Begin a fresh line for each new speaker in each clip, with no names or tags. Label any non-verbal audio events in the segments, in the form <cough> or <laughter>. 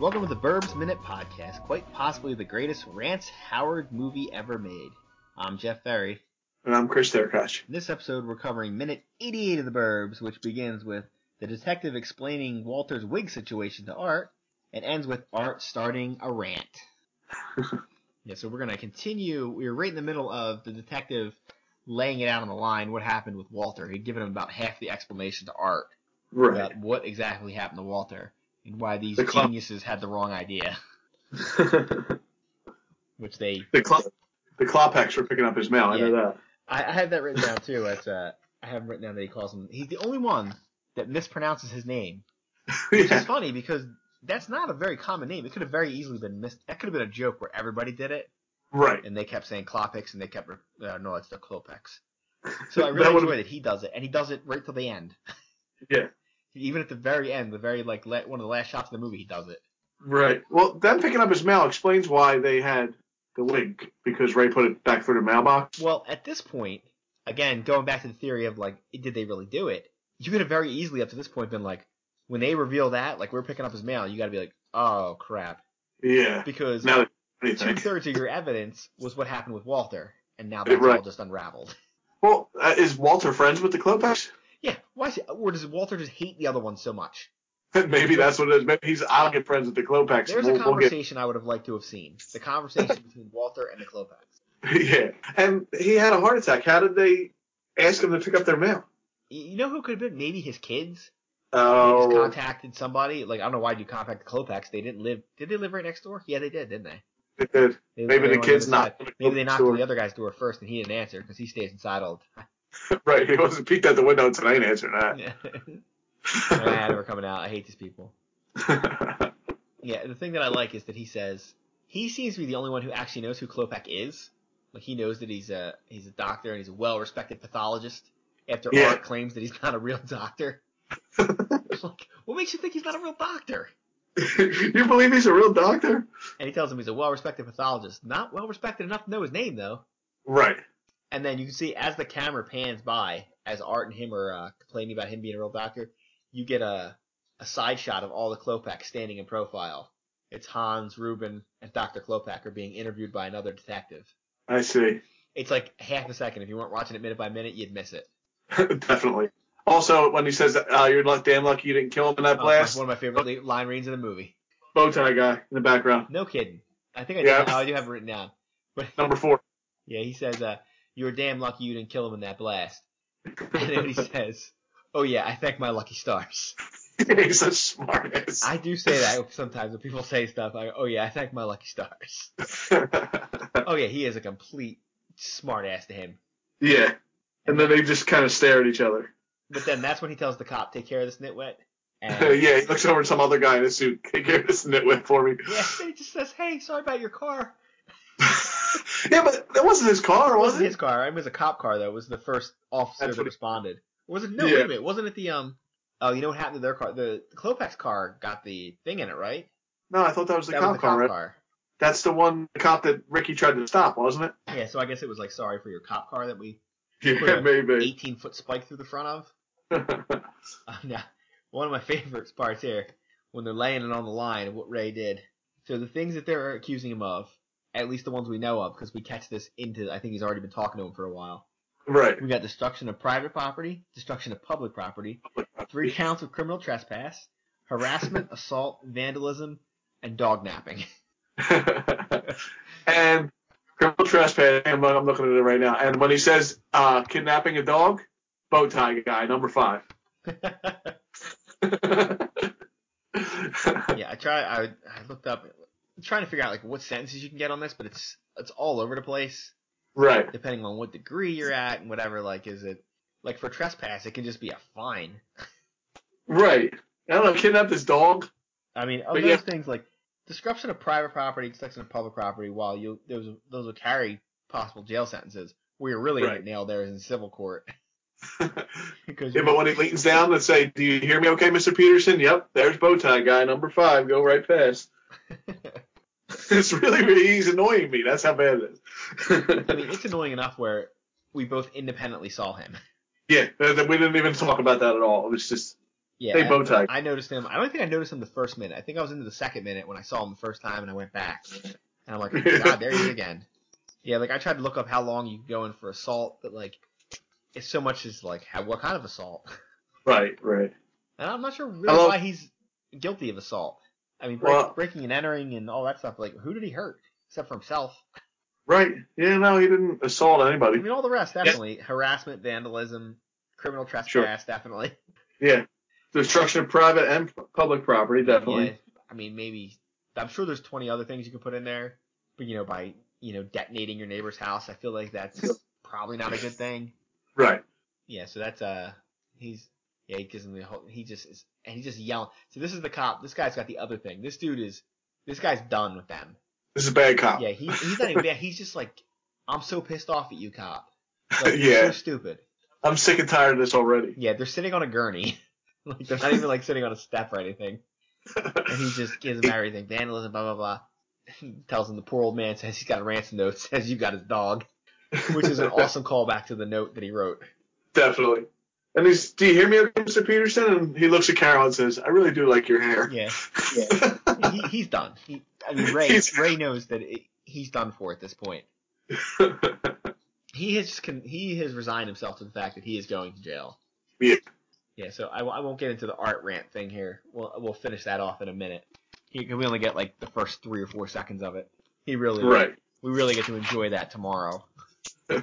Welcome to the Burbs Minute Podcast, quite possibly the greatest Rance Howard movie ever made. I'm Jeff Ferry.
And I'm Chris Therkosh.
In this episode, we're covering minute 88 of the Burbs, which begins with the detective explaining Walter's wig situation to Art and ends with Art starting a rant.
<laughs>
yeah, so we're going to continue. We were right in the middle of the detective laying it out on the line what happened with Walter. He'd given him about half the explanation to Art
Right.
about what exactly happened to Walter and why these
The club-
geniuses had the wrong idea,
<laughs> the
which they
cl- the Klopeks were picking up his mail. I know that. <laughs>
I, I have that written down too. As uh, I have written down that he calls him. He's the only one that mispronounces his name, which
yeah.
is funny because that's not a very common name. It could have very easily been mis. That could have been a joke where everybody did it,
Right.
and they kept saying Klopix, and they kept re- uh, no, it's the Klopex. So I really
That would've-
enjoy that he does it, and he does it right till the end.
Yeah.
<laughs> Even at the very end, the very like la- one of the last shots of the movie, he does it.
Right. Well, them picking up his mail explains why they had the wig because Ray put it back through the mailbox.
Well, at this point, again, going back to the theory of like, did they really do it? You could have very easily up to this point been like, when they reveal that, like we're picking up his mail, you got to be like, oh crap,
Yeah.
because <laughs>
Now they
two
anything.
thirds of your evidence was what happened with Walter, and now that's all
Right.
just unraveled. <laughs>
Well, uh, is Walter friends with the Klopeks?
Yeah, why? Is, or does Walter just hate the other one so much?
<laughs> Maybe that's what it is. Maybe he's I'll get friends with the Klopeks.
There's
We'll-
a
we'll get-
conversation I would have liked to have seen. The
<laughs>
conversation between Walter and the Klopax.
yeah. And he had a heart attack. How did they ask him to pick up their mail?
Y- You know who could have been? Maybe his kids. They just
Oh,
contacted somebody. Like I don't know why you contact the Klopax. They didn't live. Did they live right next door? Yeah, they did, didn't they?
they did.
They
Maybe
they
the
went
kids
on the other
knocked.
side.
on the
Maybe they knocked
door.
on the other guy's door first, and he didn't answer because he stays inside all the
<laughs> Right, he wasn't peeked at the window until I answered <laughs>
time. <laughs>
that.
Mad we're coming out. I hate these people. Yeah, the thing that I like is that he says he seems to be the only one who actually knows who Klopak is. Like he knows that he's a he's a doctor and he's a well-respected pathologist. After
Yeah.
Art claims that he's not a real
<laughs>
doctor, like what makes you think he's not a real doctor?
<laughs> you believe he's a real doctor?
And he tells him he's a well-respected pathologist, not well-respected enough to know his name though.
Right.
And then you can see as the camera pans by, as Art and him are uh, complaining about him being a real doctor, you get a a side shot of all the Klopak standing in profile. It's Hans, Ruben, and Dr. Klopak are being interviewed by another detective.
I see. <laughs>
It's like half a second. If you weren't watching it minute by minute, you'd miss it.
Definitely. Also, when he says, uh, you're luck- damn lucky you didn't kill him in
Oh,
that
it's
blast,
my- one of my favorite li- line reads in the movie.
bow tie guy in the background.
No kidding. I think I,
Yeah.
did, oh, I do have it written down. But <laughs>
Number four. <laughs>
yeah, he says, uh, "You were damn lucky you didn't kill him in that blast." <laughs> And then he says, "Oh yeah, I thank my lucky stars."
he's a smart ass.
I do say that <laughs> sometimes when people say stuff. I go, oh yeah, I thank my lucky
<laughs>
stars. Oh yeah, he is a complete smartass to him.
<laughs> yeah. And then they just kind of stare at each other.
But then that's when he tells the cop, "Take care of this nitwit."
<laughs>
And
yeah, he looks over at some other guy in a suit. <laughs> Take care of this nitwit for me. <laughs>
yeah, then he just says, "Hey, sorry about your car."
yeah, but that wasn't his car,
It
was
wasn't
it?
his car. It was a cop car though. It was the first officer
That's
that
what it-
responded. Was it? No,
Yeah.
wait a minute. Wasn't it the um? Oh, you know what happened to their car? The, the Klopex car got the thing in it, right?
No, I thought that was the
that
cop
was the
car,
cop
right?
car.
That's the one the cop that Ricky tried to stop, wasn't
Yeah, so I guess it was like sorry for your cop car that we
it? <laughs>
Yeah.
maybe.
18 foot spike through the front of. Uh, <laughs> now, one of my favorite parts here when they're laying it on the line of what Ray did. So the things that they're accusing him of, at least the ones we know of, because we catch this into I think he's already been talking to him for a while.
<laughs> right.
We got destruction of private property, destruction of public property, three counts of criminal trespass, harassment, assault, vandalism, and dog napping. <laughs>
uh, <laughs> and criminal trespassing. I'm, I'm looking at it right now. And when he says uh, kidnapping a dog, bow tie guy number five. <laughs>
yeah,
yeah,
I try. I I looked up trying to figure out like what sentences you can get on this, but it's it's all over the place.
right.
depending on what degree you're at and whatever, like, is it like for trespass, it can just be a fine.
Right. I don't know. Kidnap this dog.
I mean, of
But
those
yeah.
things like disruption of private property, destruction of public property, while you those those will carry possible jail sentences. Where you're really gonna
Right.
nail there is in civil court <laughs>
<laughs> yeah,
because
but when he leans down and say, "Do you hear me, okay, Mr. Peterson?" Yep. There's bow tie guy number five. Go right past. <laughs> it's really, really he's annoying me. That's how bad it is. <laughs>
I mean it's annoying enough where we both independently saw him.
yeah, th- th- we didn't even talk about that at all. It was just
Yeah,
Hey,
I-
bow tie.
I noticed him. I don't think I noticed him the first minute. I think I was into the second minute when I saw him the first time, and I went back, and I'm like,
<laughs>
oh, God, there he is again. Yeah, like I tried to look up how long you go in for assault, but like, it's so much as like how, what kind of assault,
Right, right.
and I'm not sure really
Hello?
why he's guilty of assault. I mean, break,
Well-
breaking and entering and all that stuff. Like, who did he hurt except for himself?
Right. Yeah, no, he didn't assault
I
anybody.
mean, all the rest definitely harassment, vandalism, criminal trespass, definitely.
Yeah. Destruction of private and p- public property, definitely.
Yeah, I mean, maybe I'm sure there's 20 other things you can put in there, but you know, by you know detonating your neighbor's house, I feel like that's probably not a good thing.
Right.
Yeah, so that's uh, he's yeah, he gives him the whole, he just is, and he's just yelling. So this is the cop. This guy's got the other thing. This dude is, this guy's done with them.
This is a bad cop.
Yeah, he, he's not even bad. He's just like, I'm so pissed off at you, cop. Like, you're
<laughs> Yeah.
so stupid.
I'm sick and tired of this already.
Yeah, they're sitting on a gurney. <laughs> like they're not even like sitting on a step or anything. And he just gives him everything. Vandalism, blah blah blah. <laughs> tells him the poor old man says he's got a ransom note, <laughs> says you got his dog. Which is an awesome callback to the note that he wrote.
Definitely. And he's, do you hear me, okay, Mr. Peterson? And he looks at Carol and says, I really do like your hair.
Yeah.
<laughs>
He, he's done. He, I mean Ray
He's-
Ray knows that it, he's done for at this point. He has just con- he has resigned himself to the fact that he is going to jail.
Yeah.
Yeah, so I, w- I won't get into the art rant thing here. We'll we'll finish that off in a minute. He, we only get like the first three or four seconds of it. He really
right.
we really get to enjoy that tomorrow.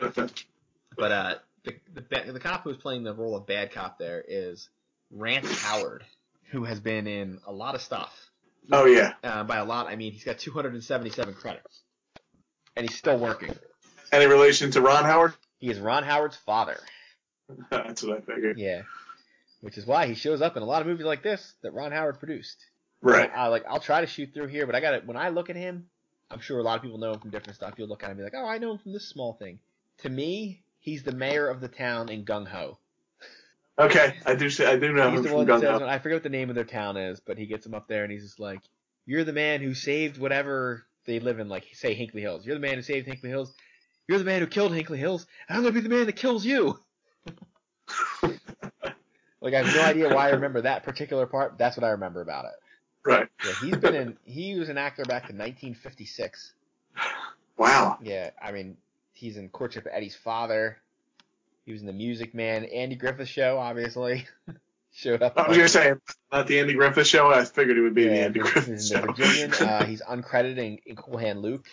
But uh, the, the ba- the cop who's playing the role of bad cop there is Rance Howard, who has been in a lot of stuff.
oh, yeah.
Uh, by a lot, I mean he's got 277 credits, and he's still working.
Any relation to Ron Howard? <laughs>
He is Ron Howard's father.
That's what I figured.
Yeah, which is why he shows up in a lot of movies like this that Ron Howard produced.
Right.
I, I, like I'll try to shoot through here, but I got to When I look at him, I'm sure a lot of people know him from different stuff. You'll look at him and be like, "Oh, I know him from this small thing." To me, he's the mayor of the town in Gung Ho.
Okay. I do see, I do know
He's
him
the
from
one that
Gun
says,
Up.
I forget what the name of their town is, but he gets him up there and he's just like, "You're the man who saved whatever they live in, like say Hinkley Hills. You're the man who saved Hinkley Hills. You're the man who killed Hinkley Hills. and I'm gonna be the man that kills you." <laughs> like I have no idea why I remember that particular part. But that's what I remember about it.
Right.
Yeah, he's been in. He was an actor back in 1956.
Wow.
Yeah, I mean, he's in Courtship of Eddie's Father. He was in The Music Man, Andy Griffith Show, obviously. <laughs> Showed up.
I was going to say, not the Andy Griffith show. I figured it would be the
Yeah,
Andy
he's
Griffith
in
show.
The Virginian. Uh, he's uncredited in, in Cool Hand Luke.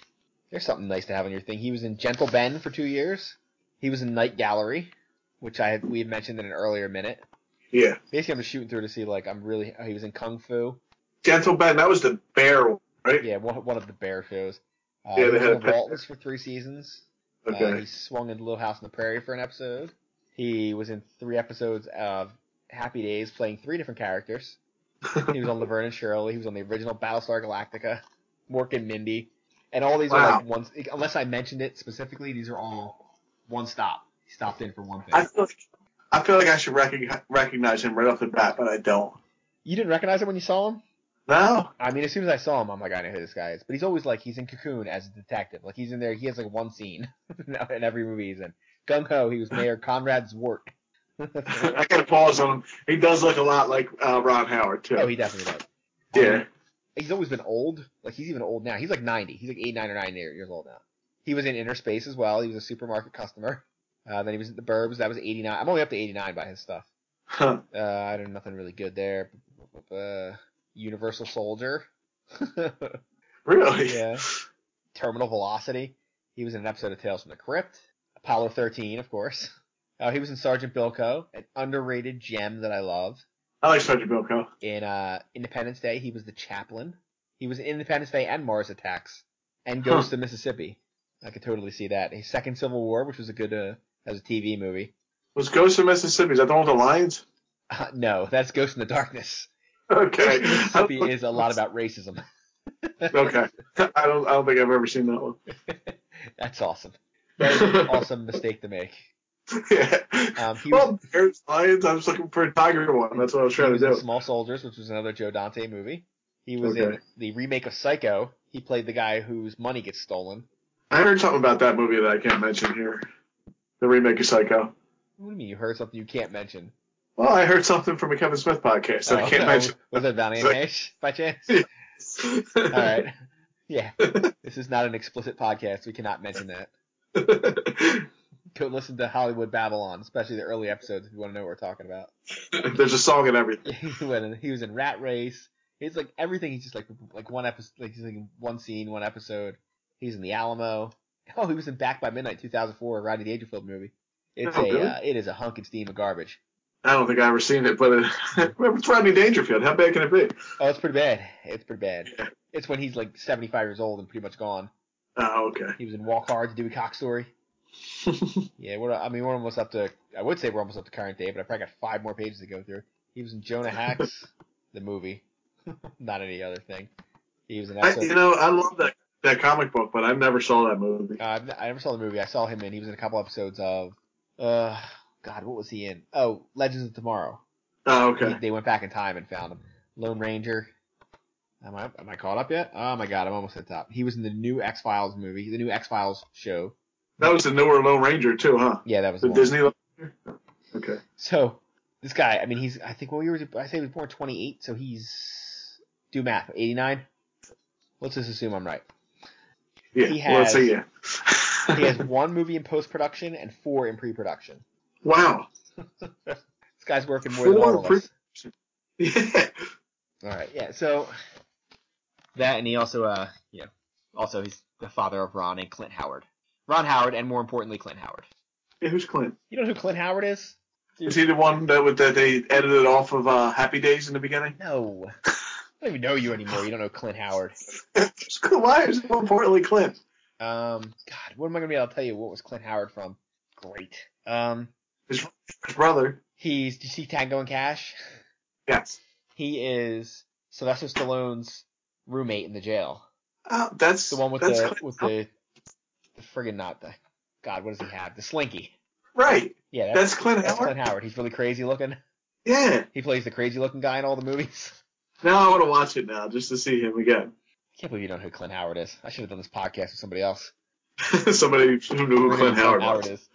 There's something nice to have on your thing. He was in Gentle Ben for two years. He was in Night Gallery, which I we had mentioned in an earlier minute.
<laughs> yeah.
Basically, I'm just shooting through to see like I'm really. Oh, he was in Kung Fu.
Gentle Ben, that was the bear one, right?
Yeah, one, one of the bear shows. Uh,
Yeah,
he
they
was
had
in
a
The
pet-
Waltons for three seasons. Uh,
Okay.
he swung into Little House on the Prairie for an episode. He was in three episodes of Happy Days, playing three different
<laughs>
characters. He was on Laverne and Shirley. He was on the original Battlestar Galactica, Mork and Mindy, and all these are
Wow.
like one. Unless I mentioned it specifically, these are all one stop. He stopped in for one thing.
I feel like I feel like I should recog- recognize him right off the bat, but I don't.
you didn't recognize him when you saw him.
No. <laughs>
I mean, as soon as I saw him, I'm like, I know who this guy is. But he's always like he's in Cocoon as a detective. Like he's in there. He has like one scene <laughs> in every movie he's in. Gung Ho. He was Mayor Conrad Zwart.
I got to pause on him. He does look a lot like uh, Ron Howard too.
Oh, he definitely does.
yeah.
he's always been old. Like he's even old now. He's like ninety. He's like eighty nine or ninety years old now. He was in Inner Space as well. He was a supermarket customer. Uh, then he was at the Burbs. That was eighty nine. I'm only up to eighty nine by his stuff.
Huh.
Uh, I don't nothing really good there. Uh, Universal Soldier. <laughs>
Really?
yeah. Terminal Velocity. He was in an episode of Tales from the Crypt. Apollo thirteen, of course. Uh, he was in Sergeant Bilko, an underrated gem that I love.
I like Sergeant Bilko.
in uh, Independence Day. He was the chaplain. He was in Independence Day and Mars Attacks and
Huh.
Goes to Mississippi. I could totally see that. His second Civil War, which was a good uh, as a TV movie.
Was Ghost of Mississippi? Is that the one with the lions? <laughs>
Uh, no, that's Ghost in the Darkness. Ghost
Okay.
in <laughs> Mississippi
Oh. <laughs>
is a lot about racism. <laughs>
okay. I don't. I don't think I've ever seen that one.
That's awesome. That
<laughs>
is an awesome mistake to make.
yeah.
Um, he
well,
was,
there's lions. I was looking for a tiger one. That's what I was
he
trying
was
to
in
do.
Small Soldiers, which was another Joe Dante movie. He was in
Okay.
the remake of Psycho. He played the guy whose money gets stolen.
I heard something about that movie that I can't mention here. The remake of Psycho.
What do you mean you heard something you can't mention?
Well, I heard something from a Kevin Smith podcast that
Oh,
I can't mention.
Was that
<laughs>
Bounty and
Sorry.
Hash by chance? All <laughs> right. Yeah. This is not an explicit podcast. We cannot mention that. Go listen to Hollywood Babylon, especially the early episodes if you want to know what we're talking about. <laughs>
<laughs> There's a song and everything.
he went in, he was in Rat Race. He's like everything. He's just like like one episode, like he's like in one scene, one episode. He's in the Alamo. Oh, he was in Back by Midnight 2004, a Rodney Dangerfield movie. It's
Oh,
a
really?
uh, it is a hunk and steam of garbage.
I don't think I ever seen it, <laughs> but it, it's Rodney Dangerfield. How bad can it be?
Oh, it's pretty bad. It's pretty bad. It's when he's like 75 years old and pretty much gone.
Oh, okay.
He was in Walk Hard, The Dewey Cox Story. Yeah, we're I mean we're almost up to I would say we're almost up to current day, but I probably got five more pages to go through. He was in
<laughs>
Jonah Hex, the movie, not any other thing. He was in
I,
episode
you know, I love that that comic book, but I never saw that movie.
Uh, I've- I never saw the movie. I saw him in. He was in a couple episodes of, uh, God, what was he in? Oh, Legends of Tomorrow.
Oh,
He-
okay.
they went back in time and found him. Lone Ranger. Am I am I caught up yet? Oh my God, I'm almost at the top. He was in the new X Files movie, the new X Files show.
That was the newer Lone Ranger too, huh?
Yeah, that was the
The
one.
Disney. Lone Ranger? Okay.
So this guy, I mean, he's I think what year was he? I say he was born 28, so he's do math 89. Let's just assume I'm right.
Yeah.
He
well, let's
has-
say yeah.
He
<laughs>
has one movie in post production and four in pre production.
wow. <laughs>
This guy's working more than
Four
all of
pre-
us.
Yeah.
All right, yeah. So that, and he also, uh, yeah, also he's the father of Ron and Clint Howard. Ron Howard, and more importantly, Clint Howard.
Yeah, Who's Clint?
You know who Clint Howard is?
Is he the one that would, that they edited off of uh, Happy Days in the beginning?
No, I don't even know you anymore. You don't know Clint Howard.
<laughs> Why is it more importantly Clint?
Um, God, what am I gonna be able to tell you? What was Clint Howard from? Great. Um,
His brother.
he's. Did you see Tango and Cash?
Yes.
He is Sylvester Stallone's roommate in the jail.
Oh, that's
The one with
that's
the
Clint.
with the, the friggin' not the. God, what does he have? The slinky.
right.
Yeah, that's,
That's Clint
That's
Howard.
Clint Howard. He's really crazy looking.
Yeah.
He plays the crazy looking guy in all the movies. <laughs>
Now I want to watch it now just to see him again. <laughs>
I can't believe you don't know who Clint Howard is. I should have done this podcast with somebody else.
Somebody who knew who Clint Howard was.
is.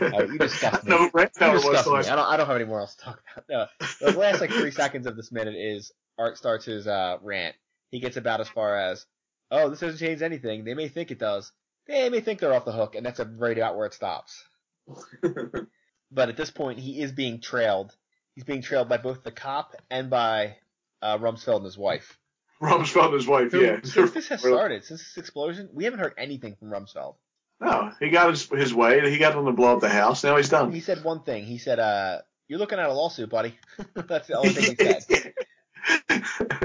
No,
you
<laughs>
disgust me.
No, Clint
You
Howard was
disgust
the
me.
last.
I don't. I don't have any more else to talk about. No. The last like three seconds of this minute is Art starts his uh, rant. He gets about as far as, "Oh, this doesn't change anything. They may think it does. They may think they're off the hook," and that's right about where it stops. But at this point, he is being trailed. He's being trailed by both the cop and by uh, Rumsfeld and his wife.
Rumsfeld and his wife,
Who-
yeah.
Since this has
Really?
started, since this explosion, we haven't heard anything from Rumsfeld.
<laughs> No, he got his, his way. He got them to blow up the house. Now he's done.
<laughs> He said one thing. He said, uh, you're looking at a lawsuit, buddy. <laughs> That's the only thing he said.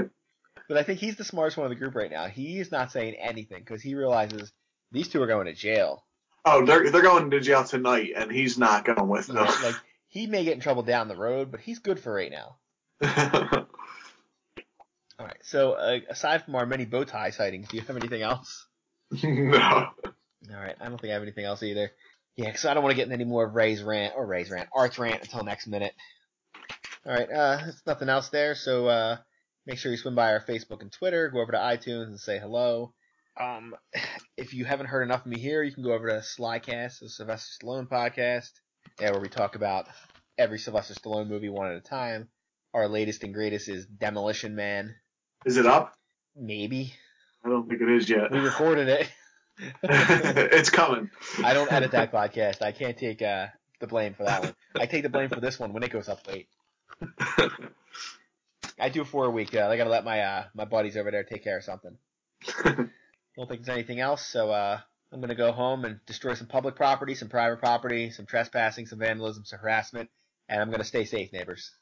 But I think he's the smartest one of the group right now. He is not saying anything because he realizes these two are going to jail.
<laughs> oh, they're they're going to jail tonight, and he's not going with
You
them. <laughs>
know, <laughs> like, he may get in trouble down the road, but he's good for right now. All right. So, uh, aside from our many bow tie sightings, do you have anything else?
no.
All right. I don't think I have anything else either. Yeah, because I don't want to get in any more of Ray's rant or Ray's rant, Art's rant until next minute. All right. Uh, there's nothing else there. So uh, make sure you swim by our Facebook and Twitter. Go over to iTunes and say hello. Um, <sighs> if you haven't heard enough of me here, you can go over to Slycast, the Sylvester Stallone podcast, yeah, where we talk about every Sylvester Stallone movie one at a time. Our latest and greatest is Demolition Man.
Is it up?
Maybe
I don't think it is
<laughs>
yet. <laughs>
we recorded it.
it's coming.
I don't edit that podcast. I can't take uh, the blame for that one. I take the blame for this one when it goes up late. I do for a week. Uh, I gotta let my uh, my buddies over there take care of something. Don't think there's anything else, so uh, I'm gonna go home and destroy some public property, some private property, some trespassing, some vandalism, some harassment, and I'm gonna stay safe, neighbors.